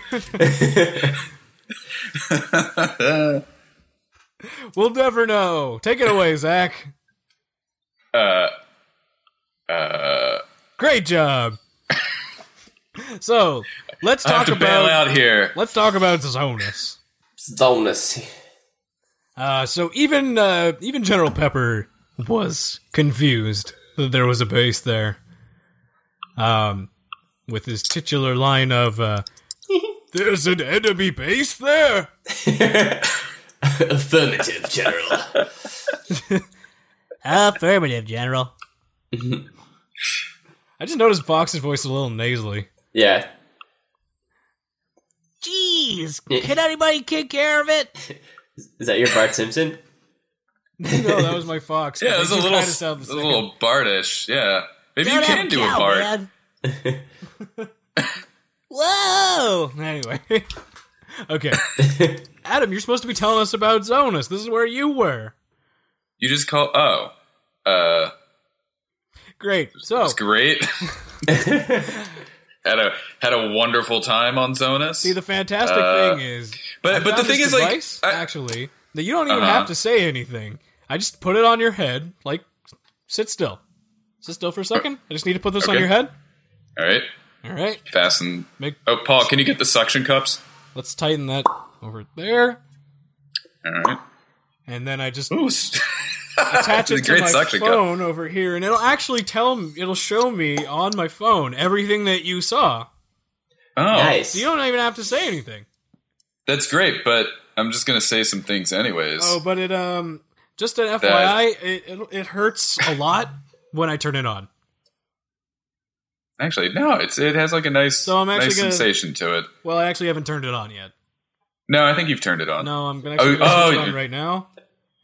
A: We'll never know. Take it away, Zach.
B: Uh, uh,
A: Great job. so let's
B: I have
A: talk
B: to bail
A: about
B: out here.
A: let's talk about Zonus.
C: Zonus.
A: Uh, so even uh, even General Pepper was confused that there was a base there. Um, with his titular line of uh, "There's an enemy base there."
C: Affirmative, General.
A: Affirmative, General. I just noticed Fox's voice is a little nasally.
C: yeah.
A: Jeez,
C: can
A: anybody take care of it?
C: Is that your Bart Simpson?
A: no, that was my Fox.
B: Yeah, it
A: They
B: was a
A: do
B: little,
A: kinda sound
B: a
A: the same.
B: little Bartish. Yeah, maybe you can do a Bart.
A: Whoa! Anyway. okay. Adam, you're supposed to be telling us about Zonus. This is where you were.
B: You just call. Oh, uh,
A: Great. So,
B: it's great. had a had a wonderful time on Zonus.
A: see, the fantastic
B: Uh,
A: thing is.
B: but-
A: I
B: but the
A: found
B: thing
A: this
B: is, like,
A: device,
B: I-
A: actually, that you don't even
B: Uh-huh.
A: have to say anything. I just put it on your head. Like, sit still. Sit still for a second. I just need to put this on
B: Okay.
A: your head.
B: All right,
A: All right.
B: fasten.
A: Make,
B: Oh, Paul, can you get the suction cups?
A: Let's tighten that over there.
B: All right.
A: And then I just
B: Ooh,
A: attach it
B: It's a
A: to
B: great
A: my
B: suction cup.
A: phone over here, and it'll actually tell me, it'll show me on my phone everything that you saw.
B: oh,
C: Nice.
A: So you don't even have to say anything.
B: that's great. But I'm just gonna say some things anyways.
A: Oh, but it um, just an FYI, it, it it hurts a lot when I turn it on.
B: Actually, no. It's it has like a nice,
A: So I'm actually
B: nice
A: gonna-
B: sensation to it.
A: Well, I actually haven't turned it on yet.
B: No, I think you've turned it on.
A: No, I'm gonna actually
B: Oh,
A: gonna switch
B: oh,
A: it on
B: you-
A: right now.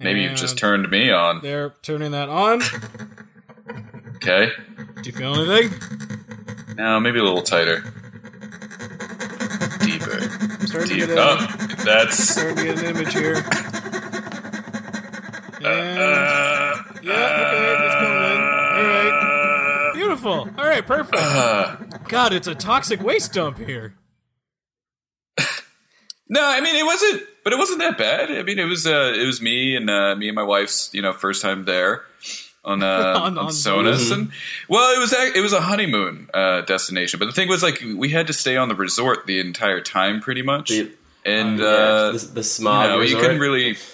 B: Maybe you've just
A: And
B: turned me on.
A: They're turning that on.
B: Okay.
A: Do you feel anything?
B: No, maybe a little tighter. Deeper.
A: I'm starting to get
B: Deep
A: a,
B: up. That's.
A: starting to get an image here. And-
B: Uh,
A: Yeah, okay, it's coming in. All right. Beautiful. All right, perfect.
B: uh.
A: God, it's a toxic waste dump here.
B: No, I mean it wasn't, but it wasn't that bad. I mean it was uh, it was me and uh, me and my wife's you know first time there on uh,
A: On-
B: on,
A: on
B: Sonus, and well it was ac- it was a honeymoon uh, destination. But the thing was like we had to stay on the resort the entire time pretty much,
C: The-
B: and
C: yeah,
B: uh,
C: the, the
B: you
C: smog
B: know, you
C: resort.
B: couldn't really.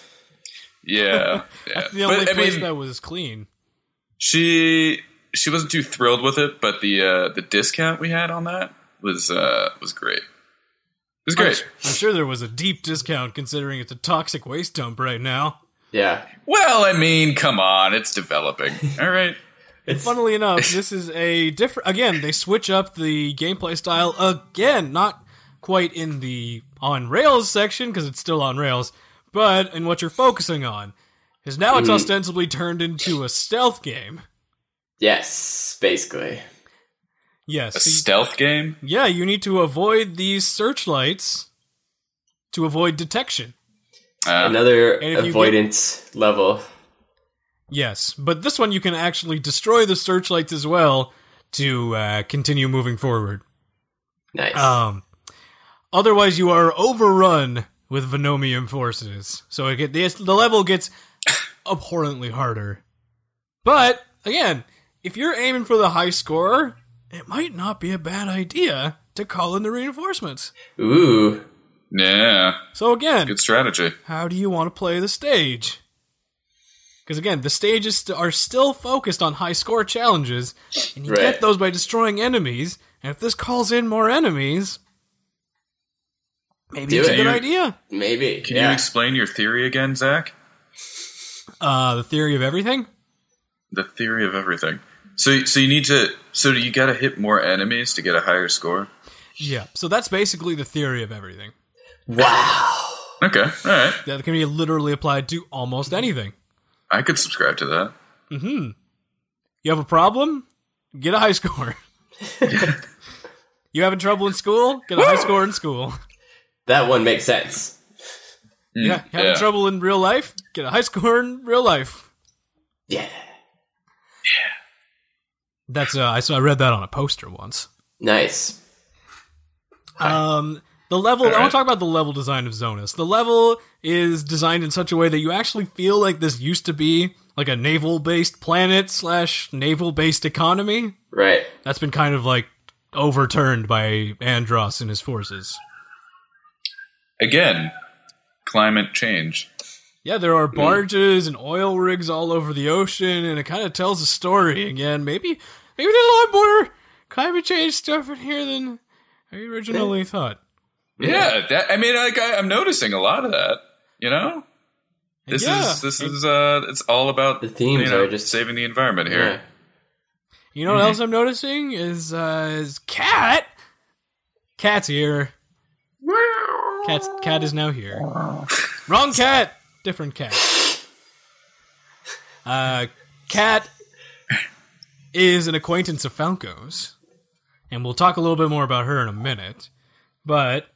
B: Yeah, yeah.
A: The only
B: but I
A: place
B: mean,
A: that was clean.
B: she she wasn't too thrilled with it, but the uh, the discount we had on that was uh, was great. It was
A: I'm
B: great.
A: su- I'm sure there was a deep discount considering it's a toxic waste dump right now.
C: yeah.
B: Well, I mean, come on, it's developing. All right.
C: It's
A: Funnily enough, this is a different. Again, they switch up the gameplay style again. Not quite in the on rails section because it's still on rails, but in what you're focusing on. Because now
B: Hmm.
A: it's ostensibly turned into a stealth game.
C: yes, basically.
A: Yes.
B: A
A: so you-
B: stealth game?
A: Yeah, you need to avoid these searchlights to avoid detection.
B: Uh,
C: Another
A: And if you get-
C: avoidance level.
A: Yes, but this one you can actually destroy the searchlights as well to uh, continue moving forward.
C: Nice.
A: Um, otherwise, you are overrun with Venomium forces. So it get, the, the level gets abhorrently harder. But again, if you're aiming for the high score, it might not be a bad idea to call in the reinforcements.
C: Ooh.
B: yeah,
A: So again,
B: good strategy.
A: how do you want to play the stage? Because again, the stages st- are still focused on high score challenges, and you
C: Right.
A: get those by destroying enemies. And if this calls in more enemies, maybe
C: Do
A: it's a
C: it.
A: good
B: You-
A: idea.
C: Maybe.
B: Can
C: yeah.
B: you explain your theory again, Zach?
A: Uh, the theory of everything.
B: The theory of everything. So, so you need to. So you got to hit more enemies to get a higher score.
A: Yeah. So that's basically the theory of everything.
C: wow.
B: Okay, all right.
A: That can be literally applied to almost anything.
B: I could subscribe to that.
A: You have a problem? Get a high score. you having trouble in school? Get a high score in school.
C: That one makes sense.
B: Hmm.
A: Yeah, having
B: yeah.
A: trouble in real life? Get a high score in real life.
C: Yeah.
A: That's uh, I saw I read that on a poster once.
C: Nice.
A: Um, The level. I
B: All
A: want
B: right.
A: to talk about the level design of Zonus. The level is designed in such a way that you actually feel like this used to be like a naval-based planet slash naval-based economy.
C: Right.
A: That's been kind of like overturned by Andros and his forces.
B: Again, climate change.
A: Yeah, there are barges and oil rigs all over the ocean, and it kind of tells a story again. Maybe, maybe there's a lot more climate change stuff in here than I originally thought.
B: Yeah, that, I mean, like, I, I'm noticing a lot of that. You know, this
A: Yeah.
B: is this is uh, it's all about
C: The themes
B: you know,
C: are just-
B: saving the environment here.
C: Yeah.
A: You know what else I'm noticing is uh, is cat. Cat's here. Cat's, cat is now here. Wrong cat. Different cat. Uh, cat is an acquaintance of Falco's, and we'll talk a little bit more about her in a minute. But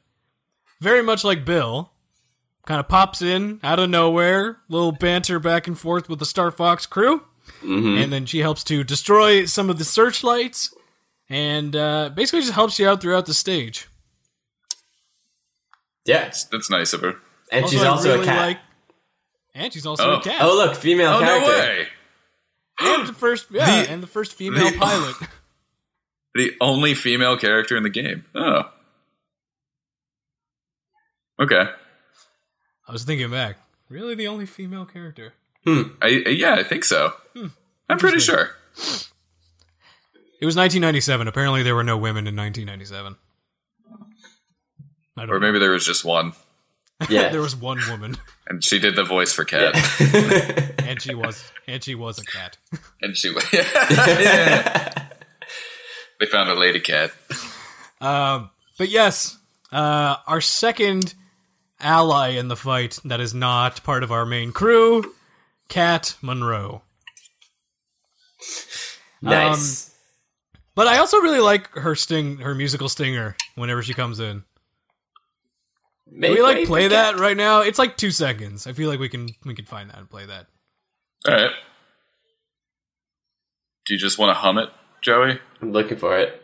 A: very much like Bill, kind of pops in out of nowhere, little banter back and forth with the Star Fox crew
B: Mm-hmm.
A: and then she helps to destroy some of the searchlights and uh, basically just helps you out throughout the stage.
C: Yeah.
B: That's nice of her.
C: And she's
A: I
C: also
A: really
C: a cat.
A: like- and she's also
B: Oh.
A: a cat.
C: Oh look, female
B: Oh no
C: character.
B: way!
A: and the first, yeah,
B: The-
A: and the first female
B: the-
A: pilot.
B: The only female character in the game. Oh. Okay.
A: I was thinking back. Really, the only female character.
B: I, I- yeah, I think so.
C: Hmm.
B: I'm pretty
A: Interesting.
B: sure.
A: It was 1997. Apparently, there were no women in 1997. I don't know.
B: Or maybe there was just one,
C: Yeah.
A: there was one woman,
B: and she did the voice for Cat,
A: and she was, and she was a cat.
B: and she. Yeah. They found a lady cat.
A: Um, but yes, uh, our second ally in the fight that is not part of our main crew, Kat Monroe. um,
C: nice.
A: But I also really like her sting, her musical stinger whenever she comes in. Can
C: Maybe
A: we like play that right now? It's like two seconds. I feel like we can we can find that and play that.
B: All right. Do you just want to hum it, Joey?
C: I'm looking for it.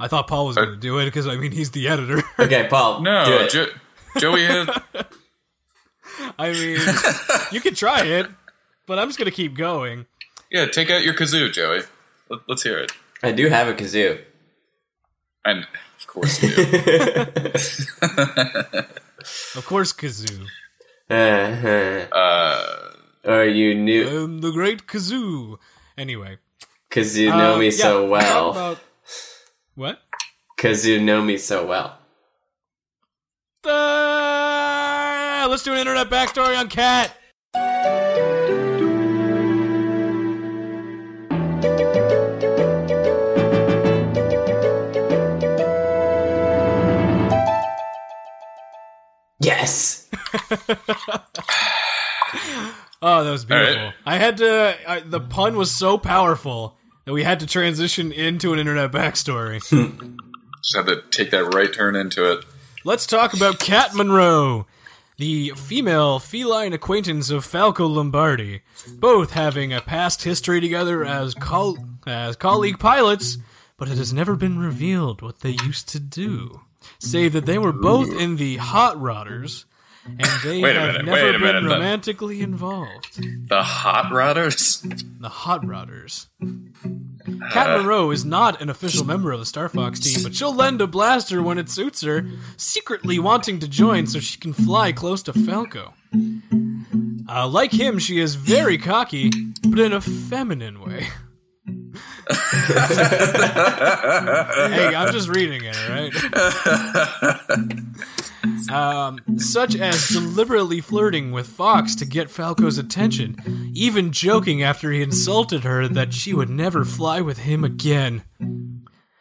A: I thought Paul was going to do it because I mean he's the editor.
C: Okay, Paul. do
B: No,
C: it.
B: jo- Joey. Hit,
A: I mean, you can try it, but I'm just going to keep going.
B: yeah, take out your kazoo, Joey. Let, let's hear it.
C: I do have a kazoo.
B: And of course you do.
A: Of course, Kazoo.
C: Uh-huh.
B: uh,
C: or you knew
A: Um, the great Kazoo. Anyway,
C: because you know
A: Um,
C: me
A: yeah,
C: so
A: talk
C: well.
A: about- what?
C: Because you know me so well.
A: The- let's do an internet backstory on Cat.
C: Yes.
A: Oh, that was beautiful.
B: right.
A: I had to. I, the pun was so powerful that we had to transition into an internet backstory.
B: just had to take that right turn into it.
A: let's talk about Cat Monroe, the female feline acquaintance of Falco Lombardi, both having a past history together as col- as colleague pilots, but it has never been revealed what they used to do. Save that they were both in the Hot Rodders, and they
B: Wait a
A: have
B: minute,
A: never
B: wait a
A: been
B: minute, then.
A: romantically involved.
B: The Hot Rodders?
A: the Hot Rodders. Kat Monroe is not an official member of the Star Fox team, but she'll lend a blaster when it suits her, secretly wanting to join so she can fly close to Falco. Uh, like him, she is very cocky, but in a feminine way. hey, I'm just reading it, all right? Um, such as deliberately flirting with Fox to get Falco's attention, even joking after he insulted her that she would never fly with him again.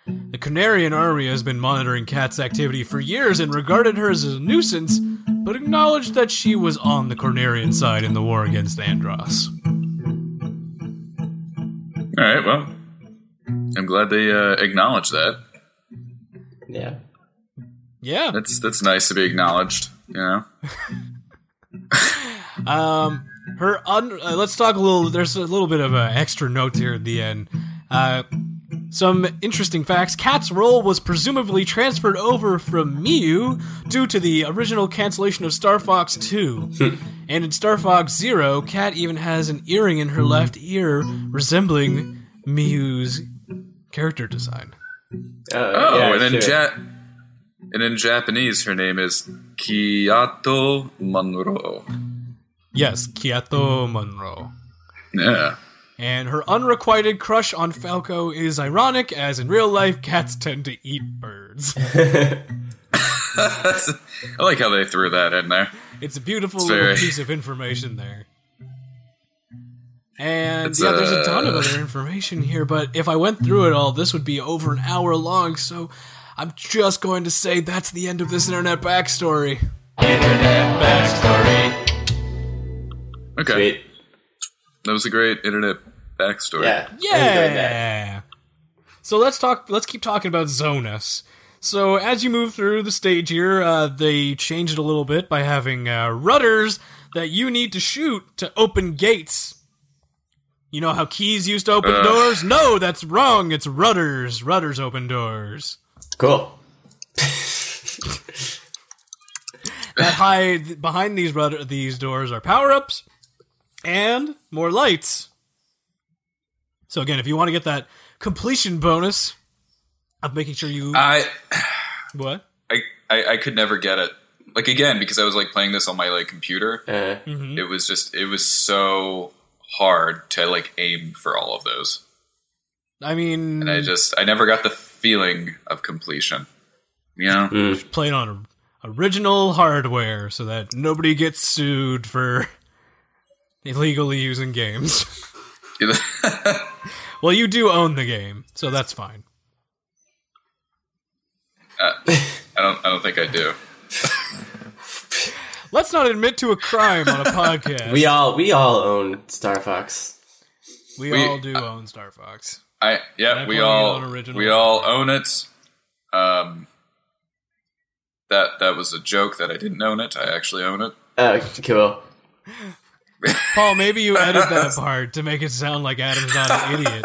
A: The Canarian Army has been monitoring Kat's activity for years and regarded her as a nuisance, but acknowledged that she was on the Cornarian side in the war against Andros.
B: All right, well, I'm glad they uh, acknowledged that.
C: Yeah.
A: Yeah.
B: That's that's nice to be acknowledged, you know.
A: Um, her un- uh, let's talk a little. There's a little bit of an extra note here at the end. Uh, Some interesting facts. Cat's role was presumably transferred over from Miu due to the original cancellation of Star Fox 2. and in Star Fox 0, Cat even has an earring in her left ear resembling Miu's character design.
C: Uh,
B: Oh,
C: yeah,
B: and in
C: sure.
B: ja- and in Japanese, her name is Kiyato Monroe.
A: Yes, Kiato Monroe.
B: Yeah.
A: And her unrequited crush on Falco is ironic, as in real life, cats tend to eat birds.
B: I like how they threw that in there.
A: It's a beautiful
B: It's
A: little
B: very-
A: piece of information there. And
B: It's,
A: yeah, there's a ton of
B: uh,
A: other information here, but if I went through it all, this would be over an hour long, so I'm just going to say that's the end of this internet backstory.
B: Okay.
C: Sweet.
B: That was a great internet backstory.
C: Yeah. I enjoyed that.
A: Yeah. So let's talk. Let's keep talking about Zonus. So as you move through the stage here, uh, they changed it a little bit by having uh, rudders that you need to shoot to open gates. You know how keys used to open
B: Ugh.
A: doors? No, that's wrong. It's rudders. Rudders open doors.
C: Cool.
A: That hide behind these rudder these doors are power ups and more lights. So again, if you want to get that completion bonus of making sure you
B: I,
A: What?
B: I I I could never get it. Like again, because I was like playing this on my like computer.
C: Uh,
A: Mm-hmm.
B: It was just it was so hard to like aim for all of those.
A: I mean,
B: And I just I never got the feeling of completion. You know?
A: played on original hardware so that nobody gets sued for illegally using games. well, you do own the game, so that's fine.
B: I don't I don't think I do.
A: Let's not admit to a crime on a podcast.
C: we all we all own Star Fox.
A: We
B: we-
A: all do own Star Fox.
B: I
A: And
B: yeah,
A: I
B: we
A: play
B: all
A: it on original.
B: we all own it. Um that that was a joke that I didn't own it. I actually own it.
C: Uh, cool.
A: Paul, maybe you edit that part to make it sound like Adam's not an idiot.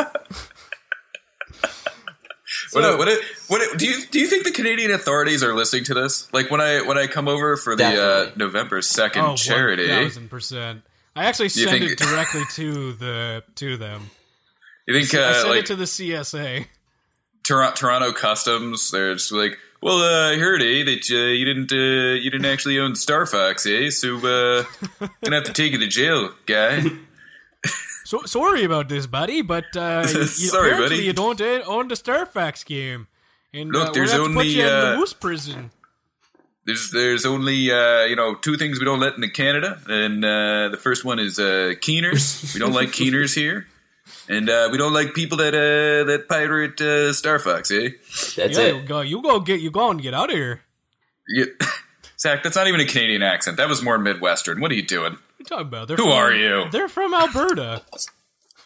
B: what, what, what, do you do you think the Canadian authorities are listening to this? Like when I when I come over for the uh,
C: Definitely.
B: November second
A: Oh,
B: charity,
A: thousand percent. I actually sent
B: think-
A: it directly to the to them.
B: you think
A: I
B: uh,
A: sent
B: like
A: it to the CSA.
B: Tor- Toronto Customs? They're just like, well, uh, I heard eh, that uh, you didn't uh, you didn't actually own Star Fox, eh? So uh, gonna have to take you to jail, guy.
A: So, sorry about this, buddy, but uh, you, you-
B: Sorry,
A: apparently
B: buddy.
A: you don't eh, own the Starfax game. And,
B: Look,
A: uh,
B: there's
A: we're gonna have to put
B: only,
A: you in the
B: uh,
A: moose prison.
B: There's there's only uh, you know two things we don't let into Canada, and uh, the first one is uh, keeners. We don't like keeners here, and uh, we don't like people that uh, that pirate uh, Star Fox, eh?
C: That's
A: yeah, you
C: it.
A: go, you go get, you go and get out of here.
B: Yeah. Zach, that's not even a Canadian accent. That was more Midwestern. What are you
A: What
B: doing?
A: are you talking about? They're
B: Who
A: from-
B: are you? Uh.
A: They're from Alberta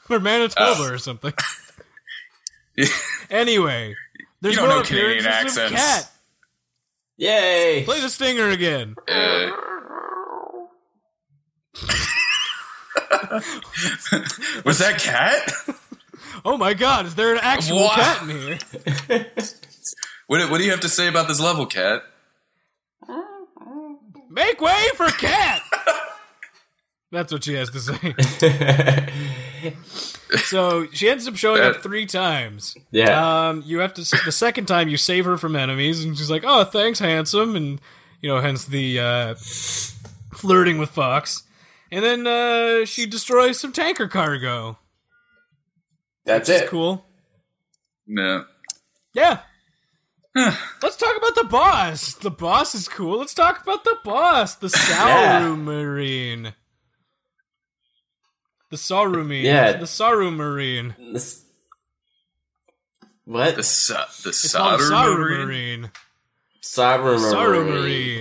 A: or Manitoba or something. anyway, there's
B: don't
A: more
B: know Canadian
A: appearances of
B: accents.
A: Cat.
C: Yay!
A: Play the stinger again.
B: Uh, was that cat?
A: Oh my God, is there an actual
B: What?
A: cat in here?
B: What, what do you have to say about this level, cat?
A: Make way for cat. That's what she has to say. so she ends up showing
B: Uh.
A: up three times.
C: Yeah.
A: Um, you have to the second time you save her from enemies, and she's like, "Oh, thanks, handsome," and you know, hence the uh, flirting with Fox. And then uh, she destroys some tanker cargo.
C: that's it.
A: Cool.
B: No.
A: Yeah. Let's talk about the boss. The boss is cool. Let's talk about the boss, the Sauru Marine. The Sauru Marine.
C: Yeah.
A: The Sauru Marine.
C: This- what?
B: The, su- the
A: It's called
B: solder
A: Saru
B: marine?
A: Marine.
C: Sovereign
A: Saru
C: Marine.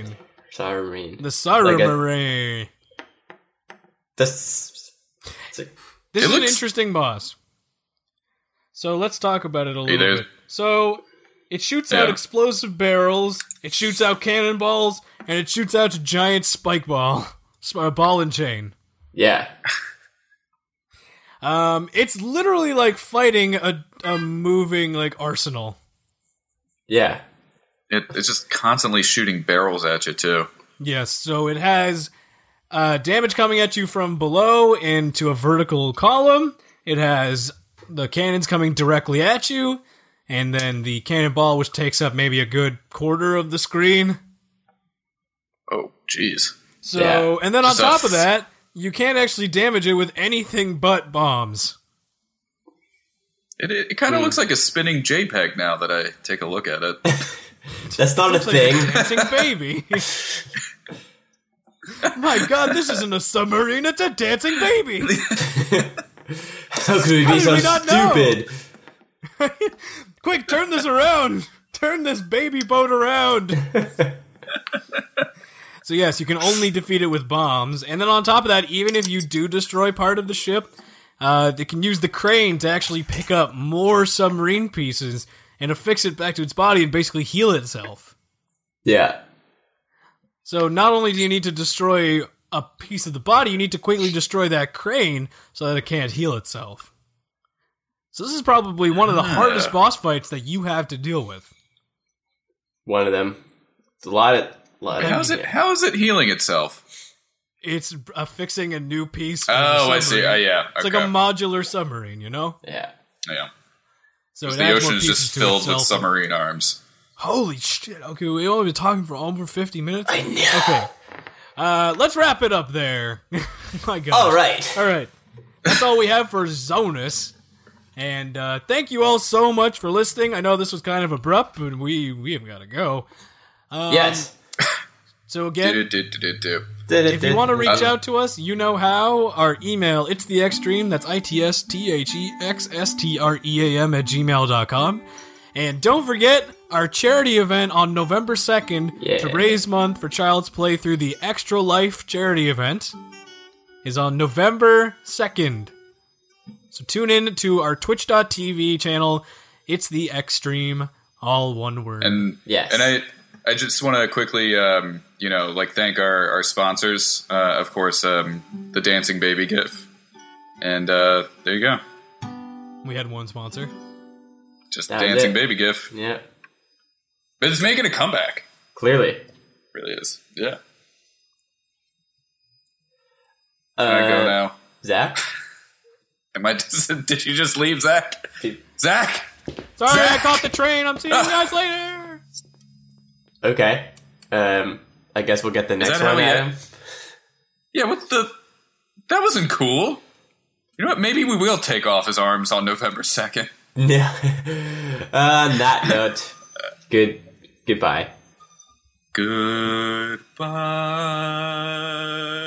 A: Marine.
C: Sovereign Marine.
A: The Saru
C: Like a-
A: Marine.
C: That's. it's a-
A: This
B: It
A: is an
B: looks-
A: interesting boss. So let's talk about it a little
B: there's-
A: bit. So it shoots out
B: Yeah.
A: explosive barrels, it shoots out cannonballs, and it shoots out a giant spike ball, a ball and chain.
C: Yeah.
A: Um, it's literally like fighting a, a moving like arsenal.
C: Yeah.
B: It, it's just constantly shooting barrels at you too.
A: Yes, so it has uh, damage coming at you from below into a vertical column. It has the cannons coming directly at you, and then the cannonball, which takes up maybe a good quarter of the screen.
B: Oh, jeez.
A: So,
C: Yeah.
A: and then on
B: Just a
A: top of
B: f-
A: that, you can't actually damage it with anything but bombs.
B: It, it, it kind
A: Hmm.
B: of looks like a spinning JPEG now that I take a look at it.
C: That's not a
A: It's like a
C: thing.
A: dancing baby. My God, this isn't a submarine; it's a dancing baby.
C: How could we be
A: did
C: so
A: we not know?
C: stupid?
A: Quick, turn this around. Turn this baby boat around. so yes, you can only defeat it with bombs, and then on top of that, even if you do destroy part of the ship, uh, they can use the crane to actually pick up more submarine pieces and affix it back to its body and basically heal itself.
C: Yeah.
A: So not only do you need to destroy a piece of the body, you need to quickly destroy that crane so that it can't heal itself. So this is probably one of the hardest boss fights that you have to deal with.
C: One of them. It's a lot of. Lot of
B: How's it? How is it healing itself?
A: It's affixing a new piece. to the
B: Oh, I see.
A: submarine.
B: Uh, yeah,
A: It's
B: okay.
A: like a modular submarine, you know.
C: Yeah.
B: yeah.
A: So it
B: The
A: adds more
B: ocean is
A: pieces
B: just
A: to
B: filled
A: itself.
B: with submarine arms.
A: Holy shit! Okay, we only been talking for over fifty minutes.
C: I know.
A: Okay, uh, let's wrap it up there. My God.
C: All right.
A: All right. That's all we have for Zonus. And uh, thank you all so much for listening. I know this was kind of abrupt, but we we have got to go. Um,
C: yes.
A: So
B: Do,
A: again,
B: do, do, do, do, do.
A: if you want to reach out to us, you know how. Our email, it's the extreme. That's I T S T H E X S T R E A M at gmail.com. And don't forget our charity event on November 2nd to
C: Yeah.
A: raise month for Child's Play through the Extra Life charity event is on November 2nd. So tune in to our twitch.tv channel. It's the extreme, all one word.
B: And
C: Yes.
B: and I I just want to quickly um, you know like thank our our sponsors, uh, of course, um, the dancing baby gif, and uh, there you go,
A: we had one sponsor.
B: just
C: That was
B: dancing
C: it.
B: baby gif.
C: Yeah.
B: But it's making a comeback,
C: Clearly.
B: really is. Yeah,
C: Uh,
B: Can I go now.
C: Zach.
B: Am I? Just, did you just leave, Zach? Zach,
A: Sorry, I
B: Zach!
A: caught the train. I'm seeing you guys later.
C: Okay. Um. I guess we'll get the next
B: that how
C: one,
B: we get-
C: Adam.
B: yeah, what the? That wasn't cool. You know what? Maybe we will take off his arms on November second.
C: Yeah. Uh, On that note, good goodbye.
B: Goodbye.